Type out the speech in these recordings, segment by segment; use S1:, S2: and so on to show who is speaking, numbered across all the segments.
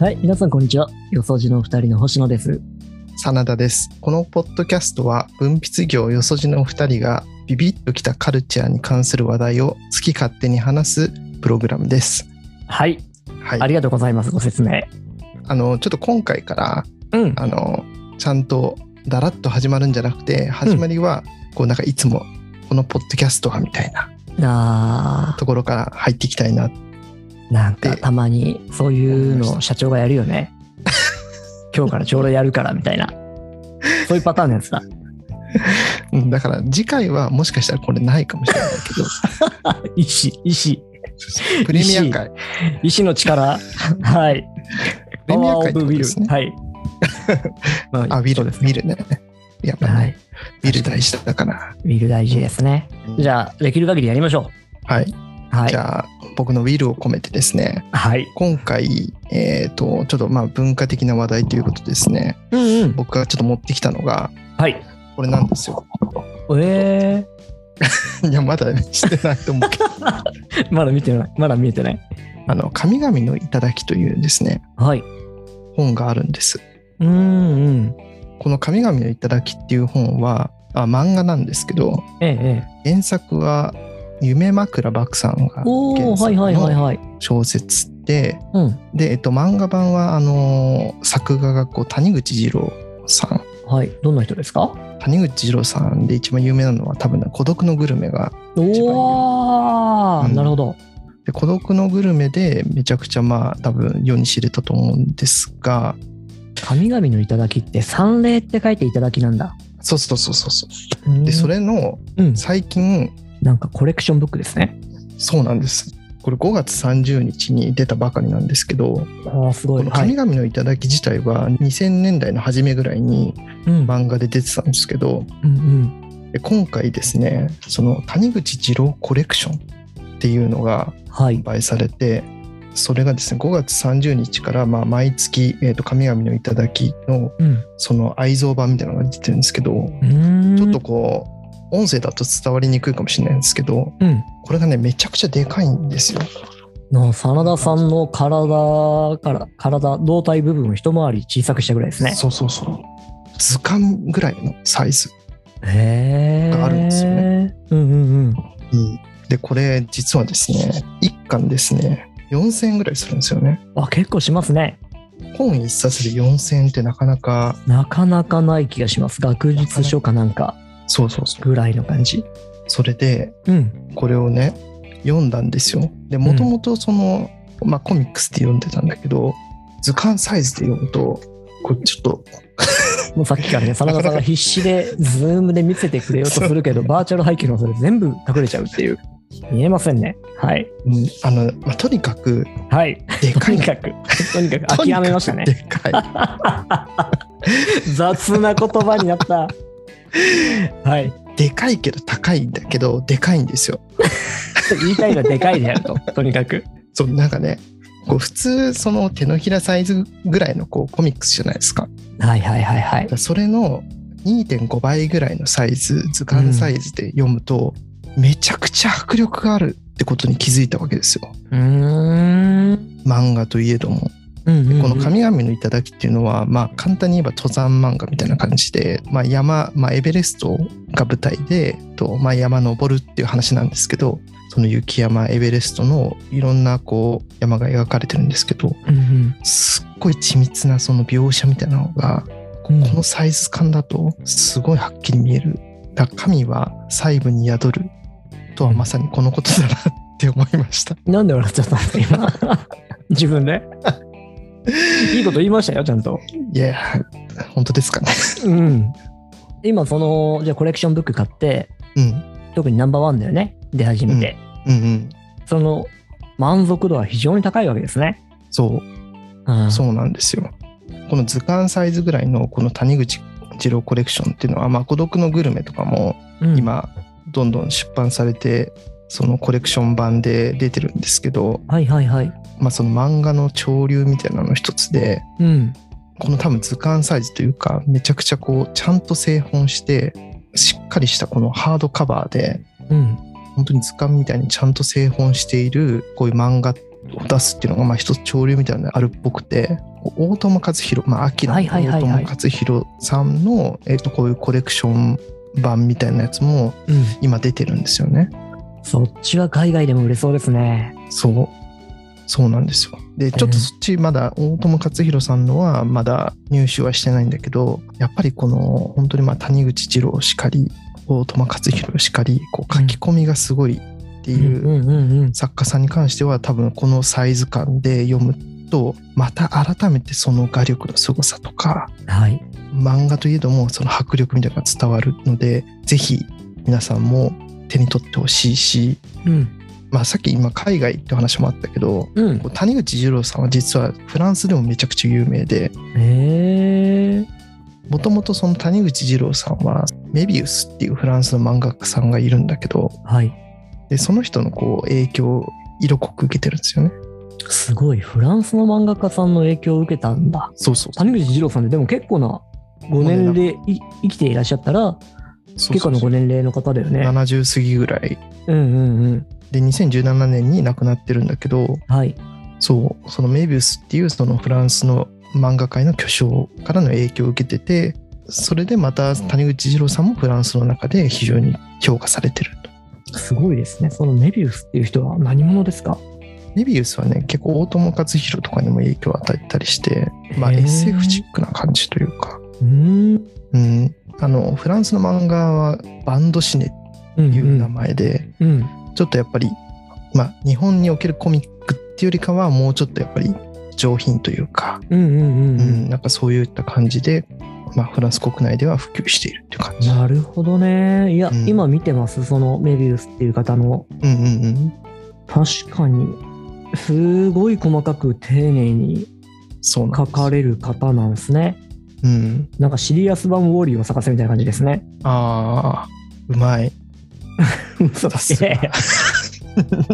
S1: はい、皆さんこんにちは。よそじのお二人の星野です。
S2: 真田ですこのポッドキャストは文筆業よそじのお二人がビビッときたカルチャーに関する話題を好き勝手に話すプログラムです。
S1: はい、
S2: はい、
S1: ありがとうございます。ご説明。
S2: あのちょっと今回から
S1: うん。
S2: あのちゃんとだらっと始まるんじゃなくて始まりはこうなんかいつもこのポッドキャストはみたいな
S1: あ
S2: ところから入っていきたいな
S1: ーなんか
S2: で
S1: たまにそういうのを社長がやるよ ね。今日からちょうどやるからみたいな。そういうパターンのやつだ。
S2: うんだから次回はもしかしたらこれないかもしれないけ ど
S1: 石、石、
S2: プレミア会
S1: 石の力。はい。
S2: プレミア
S1: パワーオ
S2: 会ってこ
S1: ブウィ
S2: と
S1: ル
S2: ですね
S1: はい。 ま
S2: あビル
S1: そう
S2: ビルねやっぱ、ね
S1: はい。
S2: ビル大事だから
S1: ウィル大事ですね。じゃあ、できる限りやりましょ
S2: はい、
S1: う。はい
S2: じ。ゃあ僕のウィルを込めてですね
S1: はい。
S2: 今回、えー、とちょっとまあ文化的な話題ということですね
S1: うんうん。
S2: 僕がちょっと持ってきたのが
S1: はい。
S2: これなんですよ
S1: え
S2: いやまだしてないと思うけど
S1: ー、まだ見てない。まだ見えてない。
S2: あの神々の頂きというですね
S1: はい。
S2: 本があるんです
S1: うんうん。
S2: この神々の頂きっていう本はあ漫画なんですけど
S1: ええええ。
S2: 原作は夢枕漠さんが
S1: お
S2: 原
S1: お、はい
S2: 作
S1: はいはい
S2: の
S1: はい。
S2: 小説で
S1: うん。
S2: で、えっと、漫画版はあのー作画がこう谷口二郎さん
S1: はい。どんな人ですか
S2: 谷口二郎さんで一番有名なのは多分ね孤独のグルメが
S1: おお、
S2: うん
S1: なるほど。
S2: で孤独のグルメでめちゃくちゃまあ多分世に知れたと思うんですが
S1: 神々の頂って三霊って書いて頂きなんだ。
S2: そうそうそうそうそう
S1: うん
S2: でそれの
S1: うん。
S2: 最近
S1: なんかコレクションブックですね。
S2: そうなんですこれ5月30日に出たばかりなんですけど
S1: ああ、すご
S2: こ
S1: い。
S2: の「
S1: は
S2: 神
S1: い。
S2: 々の頂き」自体は2000年代の初めぐらいに
S1: うん
S2: 漫画で出てたんですけど
S1: うんうん。
S2: で今回ですねその谷口二郎コレクションっていうのが
S1: はい。
S2: 販売されてそれがですね5月30日からまあ毎月「えーと神々の頂き」の
S1: うん。
S2: その愛蔵版みたいなのが出てるんですけど
S1: うーん
S2: ちょっと。こう音声だと伝わりにくいかもしれないんですけど
S1: うん。
S2: これがねめちゃくちゃでかいんですよ。
S1: な真田さんの体から、体、胴体部分を一回り小さくしたぐらいですね。
S2: そうそうそう図鑑ぐらいのサイズ。
S1: へえ。
S2: があるんですよ
S1: ね。うんうん
S2: でこれ実はですね1巻ですね4000円ぐらいするんですよね。
S1: うん。あ、結構しますね。
S2: 本1冊で4000円ってなかなか
S1: なかなかない気がします。学術書かなんか
S2: そうそうそう
S1: ぐらいの感じ。
S2: それで
S1: うん。
S2: これをね読んだんですよでもともとその、まあ、コミックスって読んでたんだけど図鑑サイズで読むとこれちょっと
S1: もうさっきから ね、真田さんが必死で、ズームで見せてくれようとするけど、バーチャル背景のそれ全部隠れちゃうっていう。見えませんね。はい。
S2: うんあの、まあ、とにかく
S1: はい。
S2: で
S1: と
S2: かい
S1: に
S2: の
S1: かく、とにかく諦めましたね
S2: と。にかく でかい
S1: 雑な言葉になった。はい。
S2: でかいけど高いんだけどでかいんですよ
S1: 言いたいのはでかいであると。とにかく。
S2: そうなんかねこう普通その手のひらサイズぐらいのこうコミックスじゃないですか
S1: はいはいはいはい。
S2: それの2.5倍ぐらいのサイズ図鑑サイズで読むと、めちゃくちゃ迫力があるってことに気づいたわけですよ
S1: うーん。
S2: 漫画といえども
S1: うんうん
S2: この「神々の頂」っていうのは、まあ、簡単に言えば登山漫画みたいな感じで、まあ、山、まあ、エベレストが舞台で、とまあ、山登るっていう話なんですけどその雪山エベレストのいろんなこう山が描かれてるんですけど
S1: うんうん
S2: すっごい緻密なその描写みたいなのがこ
S1: うん
S2: このサイズ感だとすごいはっきり見える。だから神は細部に宿るとはまさにこのことだなって思いました。
S1: なんで笑っちゃったんですか、 今。自分で。いいこと言いましたよ、ちゃんと。
S2: いや本当ですかね。
S1: うん。今、その、じゃあコレクションブック買って、
S2: うん
S1: 特にナンバーワンだよね、出始めて。
S2: うんうん
S1: その、満足度は非常に高いわけですね。
S2: そう
S1: うん
S2: そうなんですよ。この図鑑サイズぐらいのこの谷口二郎コレクションっていうのは、まあ、孤独のグルメとかも
S1: うん。
S2: 今どんどん出版されて、そのコレクション版で出てるんですけど、
S1: はいはいはい。
S2: まあ、その漫画の潮流みたいなの一つで
S1: うん。
S2: この多分図鑑サイズというかめちゃくちゃこうちゃんと製本してしっかりしたこのハードカバーで
S1: うん。
S2: 本当に図鑑みたいにちゃんと製本しているこういう漫画出すっていうのがまあ一つ潮流みたいなのがあるっぽくて大友克弘、まあ、秋の
S1: は
S2: 大
S1: いはいはいはい
S2: 友克弘さんの、えっとこういうコレクション版みたいなやつも
S1: うん。
S2: 今出てるんですよね。
S1: そっちは海外でも売れそうですね。
S2: そうそうなんですよでちょっとそっちまだ大友克洋さんのはまだ入手はしてないんだけどやっぱりこの本当にまあ谷口二郎しかり大友克洋しかりこう書き込みがすごいって
S1: う
S2: いう
S1: うんうんうん。
S2: 作家さんに関しては多分このサイズ感で読むとまた改めてその画力の凄さとか
S1: はい。
S2: 漫画といえどもその迫力みたいなのが伝わるのでぜひ皆さんも手に取ってほしいし、
S1: うん。
S2: まあ、さっき今海外って話もあったけど
S1: うん。
S2: こう谷口二郎さんは実はフランスでもめちゃくちゃ有名で
S1: ええ。
S2: もともとその谷口二郎さんはメビウスっていうフランスの漫画家さんがいるんだけど
S1: はい。
S2: でその人のこう影響を色濃く受けてるんですよね。
S1: すごい。フランスの漫画家さんの影響を受けたんだ。
S2: そうそう
S1: 谷口二郎さんで、でも結構なご年齢い生きていらっしゃったら、
S2: そう
S1: 結
S2: そ
S1: 構
S2: う
S1: な
S2: そ
S1: ご
S2: う
S1: 年齢の方だよね。
S2: 70過ぎぐらい
S1: うんうんうん。
S2: で2017年に亡くなってるんだけど
S1: はい。
S2: そうそのメビウスっていうそのフランスの漫画界の巨匠からの影響を受けててそれでまた谷口二郎さんもフランスの中で非常に評価されてると
S1: すごいですね。そのメビウスっていう人は何者ですか
S2: メビウスはね結構大友克洋とかにも影響を与えたりして、まあ、
S1: へー
S2: SF チックな感じというか、
S1: うーん。
S2: うん、あのフランスの漫画はバンドシネ
S1: う
S2: っていうん名前で、
S1: うん。うん。
S2: ちょっとやっぱり、まあ、日本におけるコミックっていうよりかはもうちょっとやっぱり上品というか、
S1: うんうんうん
S2: う
S1: うん。
S2: ん、なんかそういった感じで、まあ、フランス国内では普及しているっていう感じ。
S1: なるほどね。いや、
S2: うん
S1: 今見てます、そのメビウスっていう方の。
S2: うんうんうん、
S1: 確かに、すごい細かく丁寧に
S2: そうなん
S1: 書
S2: です
S1: かれる方なんですね。
S2: うん、
S1: なんかシリアス版ウォーリーを探せみたいな感じです ね。
S2: ああうまい。
S1: 嘘
S2: さ
S1: だ
S2: す
S1: い
S2: が
S1: やいや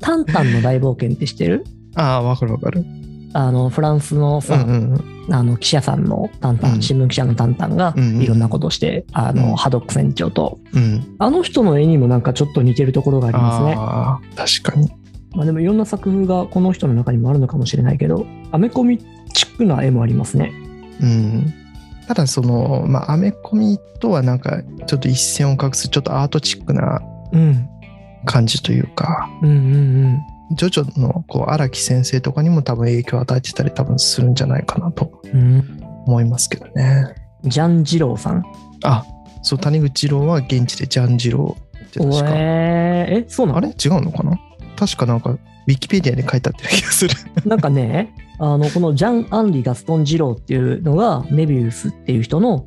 S1: タンタンの大冒険って知ってる
S2: ああわかるわかる。
S1: あの、フランスの
S2: う
S1: さ、
S2: んうん
S1: あの、記者さんのタンタン、
S2: うん
S1: 新聞記者のタンタンが
S2: うんうん
S1: いろんなことをして、あ
S2: うん
S1: の、ハドック船長と、
S2: うん。
S1: あの人の絵にもなんかちょっと似てるところがありますね。
S2: ああ確かに。
S1: まあ、でもいろんな作風がこの人の中にもあるのかもしれないけどアメコミチックな絵もありますね。
S2: うん。ただそのまあアメコミとはなんかちょっと一線を画すちょっとアートチックな
S1: うん、
S2: 感じというか。
S1: うんうん
S2: ジョジョのこう荒木先生とかにも多分影響を与えてたり多分するんじゃないかなと
S1: うんうん
S2: 思いますけどね。
S1: ジャン二郎さん。
S2: あそう谷口二郎は現地でジャン二郎って
S1: お
S2: 確か、
S1: えーえそうなの
S2: あれ違うのかな確かなんかウィキペディアで書いてあったような気 がする。
S1: なんかねあのこのジャン・アンリ・ガストン二郎っていうのがメビウスっていう人の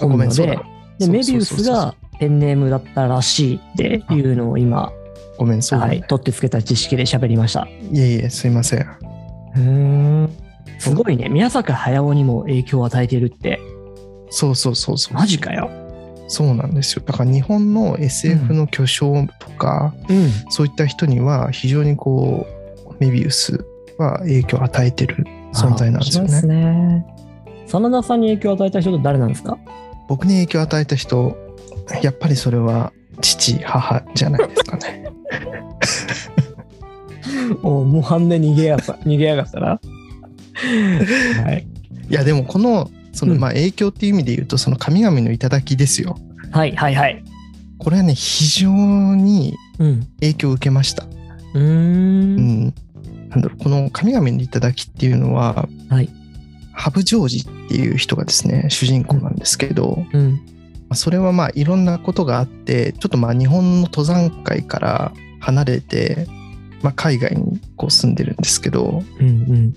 S2: あご
S1: 本
S2: め
S1: 名
S2: んそう
S1: で
S2: だ。
S1: で
S2: そう
S1: メビウス
S2: そうそうそう
S1: がペンネームだったらしいっていうのを今、
S2: ごめんそうだ、
S1: は
S2: ね
S1: い、取ってつけた知識で喋りました。
S2: い。えいえすいません。
S1: うんすごいね宮坂駿にも影響を与えてるって
S2: そうそうそうそう。
S1: マジかよ。
S2: そうなんですよ。だから日本の SF の巨匠とか、
S1: うん
S2: そういった人には非常にこうメビウスは影響を与えてる存在なんですよ
S1: あ面白い
S2: ね。
S1: ですね真田さんに影響を与えた人って誰なん ですか
S2: 僕に影響を与えた人やっぱりそれは父母じゃないですか ね
S1: おもう半値逃げや さ逃げやがったらはい、
S2: いやでもこのその
S1: うん
S2: まあ影響っていう意味で言うとその神々の頂きですよ
S1: はいはいはい
S2: これはね非常に
S1: うん
S2: 影響を受けました、
S1: うー
S2: うんん、なんだろうこの神々の頂きっていうのは、
S1: はい
S2: ハブ・ジョージっていう人がですね主人公なんですけど、ま
S1: うん
S2: あそれはまあいろんなことがあってちょっとまあ日本の登山界から離れて、まあ、海外にこう住んでるんですけど
S1: うん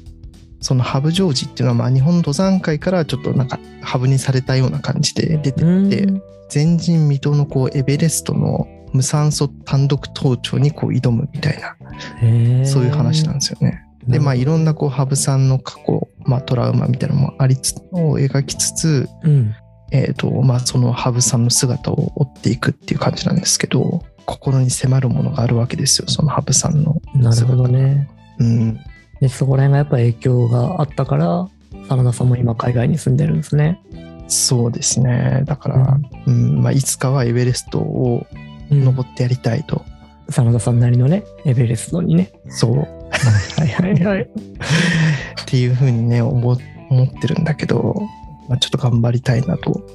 S2: そのハブジョージっていうのはまあ日本の登山界からちょっとなんかハブにされたような感じで出て
S1: う
S2: っ
S1: ん
S2: て前人未到のこうエベレストの無酸素単独登頂にこう挑むみたいなそういう話な
S1: で
S2: んですよね。でまあいろんなこう羽生さんの過去、まあ、トラウマみたいなのもありつを描きつつ、
S1: うん
S2: えーとまあ、その羽生さんの姿を追っていくっていう感じなんですけど心に迫るものがあるわけですよその羽生さんの。
S1: なるほどね
S2: うん、
S1: でそこら辺がやっぱ影響があったから真田さんも今海外に住んでるんですね
S2: そうですねだから、うんまあ、いつかはエベレストを
S1: うん
S2: 登ってやりたいと。
S1: 真田さんなりのねエベレストにね
S2: そう。
S1: はいはいはい。
S2: っていうふうにね思思ってるんだけど、まあ、ちょっと頑張りたいなと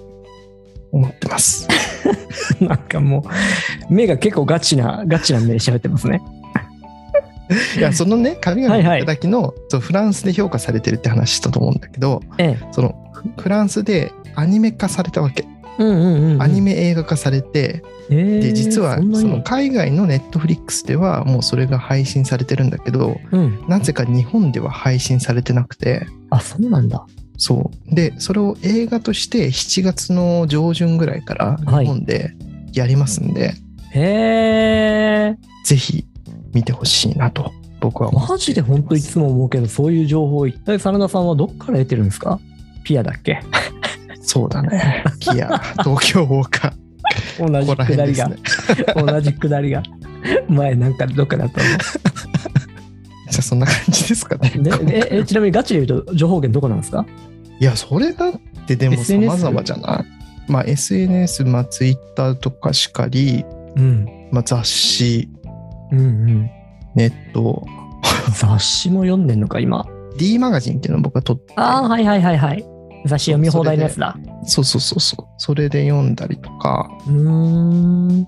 S2: 思っ てます。
S1: なんかもう、目が結構ガチな、ガチな目で喋ってますね。
S2: いやそのね神々
S1: はい
S2: の
S1: はい
S2: 頂きの、そうフランスで評価されてるって話したと思うんだけど
S1: ええ。
S2: そのフフランスでアニメ化されたわけ、
S1: うんうんうんうん。
S2: アニメ映画化されて、
S1: えー
S2: で実は
S1: そ
S2: そ
S1: んなに
S2: の海外のネットフリックスではもうそれが配信されてるんだけど
S1: うん。
S2: なぜか日本では配信されてなくて
S1: あ、そうなんだ。
S2: そうでそれを映画として7月の上旬ぐらいから
S1: はい
S2: 日本でやりますんで、
S1: へえ。
S2: ぜひ見てほしいなと僕は思って
S1: マジで本当いつも思うけど、そういう情報、一体真田さんはどっから得てるんですかピアだっけ
S2: そうだねキ ア東京ウォーカー
S1: 同
S2: こ
S1: じ
S2: こ
S1: く
S2: ら
S1: だ
S2: 辺
S1: り
S2: です
S1: が
S2: ね。
S1: 同じくだりが。前なんかどっかだった
S2: じゃあそんな感じですかね
S1: のでええちなみにガチで言うと情報源どこなんですか
S2: いやそれだってでも
S1: SNS？
S2: 様々じゃないまあ SNS まあ Twitter とかしかり、
S1: うん。
S2: まあ、雑誌
S1: うんうん。
S2: ネット
S1: 雑誌も読んでんのか、今。
S2: D マガジンっていうのを僕は撮って
S1: ああ、はいはいはいはい。雑誌読み放題のやつだ。
S2: そうそうそうそうそれで読んだりとか
S1: うーん。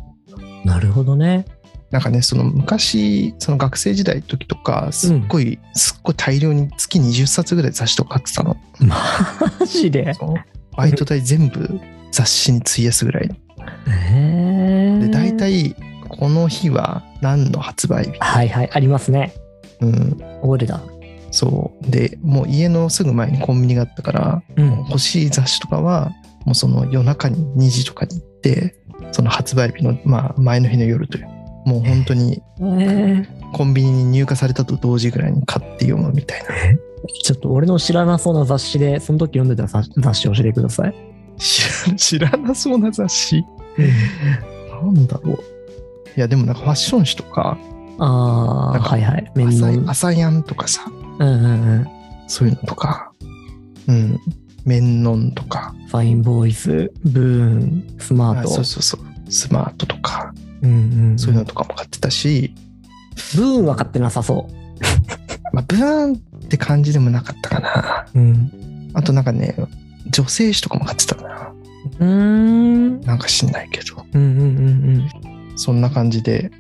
S1: なるほどね。
S2: なんかねその昔その学生時代の時とかすっごい、すっごい大量に月20冊ぐらい雑誌とか買ってたの
S1: マジで。
S2: そのバイト代全部雑誌に費やすぐらい
S1: へえ。
S2: で大。体この日は何の発売日、
S1: はいはい、ありますね。
S2: うん、
S1: オールだ。
S2: そうでもう家のすぐ前にコンビニがあったから、
S1: う
S2: もう。欲しい雑誌とかはもうその夜中に2時とかに行ってその発売日の、まあ、前の日の夜というもう本当に
S1: え
S2: コンビニに入荷されたと同時ぐらいに買って読むみたいな
S1: ちょっと俺の知らなそうな雑誌で、その時読んでた雑雑誌教えてください。
S2: 知ら 知らなそうな雑誌なんだろういやでもなんかファッション誌とか
S1: ああ、
S2: なんか
S1: はいはい。メン
S2: 朝
S1: ズ
S2: 「
S1: の。
S2: 朝やん」とかさ
S1: うんうんうん。
S2: そういうのとか、うん、メンノンとか、
S1: ファインボーイズ、ブーン、スマー
S2: あ
S1: ト。
S2: そうそうそう、スマートとか、
S1: うんうん。
S2: そういうのとかも買ってたし、
S1: ブーンは買ってなさそ
S2: まあ、ブランって感じでもなかったかな。
S1: う。うん。
S2: あとなんかね、女性誌とかも買ってたかな。
S1: うーん。
S2: なんか知んないけど、
S1: うんうんうん
S2: そんな感じで、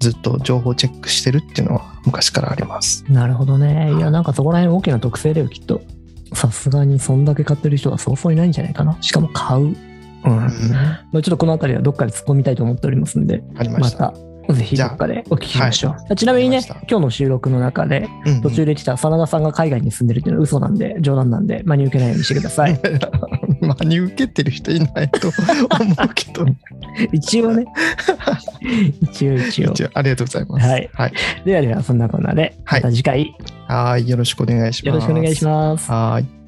S2: ずっと情報チェックしてるっていうのは昔からあります。
S1: うん。なるほどね。いや、なんかそこら辺大きな特性だよ、きっと。さすがにそんだけ買ってる人はそうそういないんじゃないかな。しかも買う。
S2: うん、
S1: まあ、ちょっとこの辺りはどっかで突っ込みたいと思っておりますんで、
S2: ありま
S1: ま
S2: した。
S1: たぜひどっかでお聞きしましょう。ちなみにね、
S2: わかりま
S1: 今
S2: し
S1: 日の収録の中で、
S2: うんうん
S1: 途中で来た真田さんが海外に住んでるっていうのは嘘なんで、冗談なんで、真に受けないようにしてくださ い。
S2: 真に受けてる人いないと思う けど、
S1: 一 応ね。一応一応。
S2: 一応ありがとうございます。
S1: はい
S2: はい。
S1: ではでは、そんなこんなで、
S2: はい
S1: また次回
S2: はいよろしくお願いします。
S1: よろしくお願いします。
S2: はーい。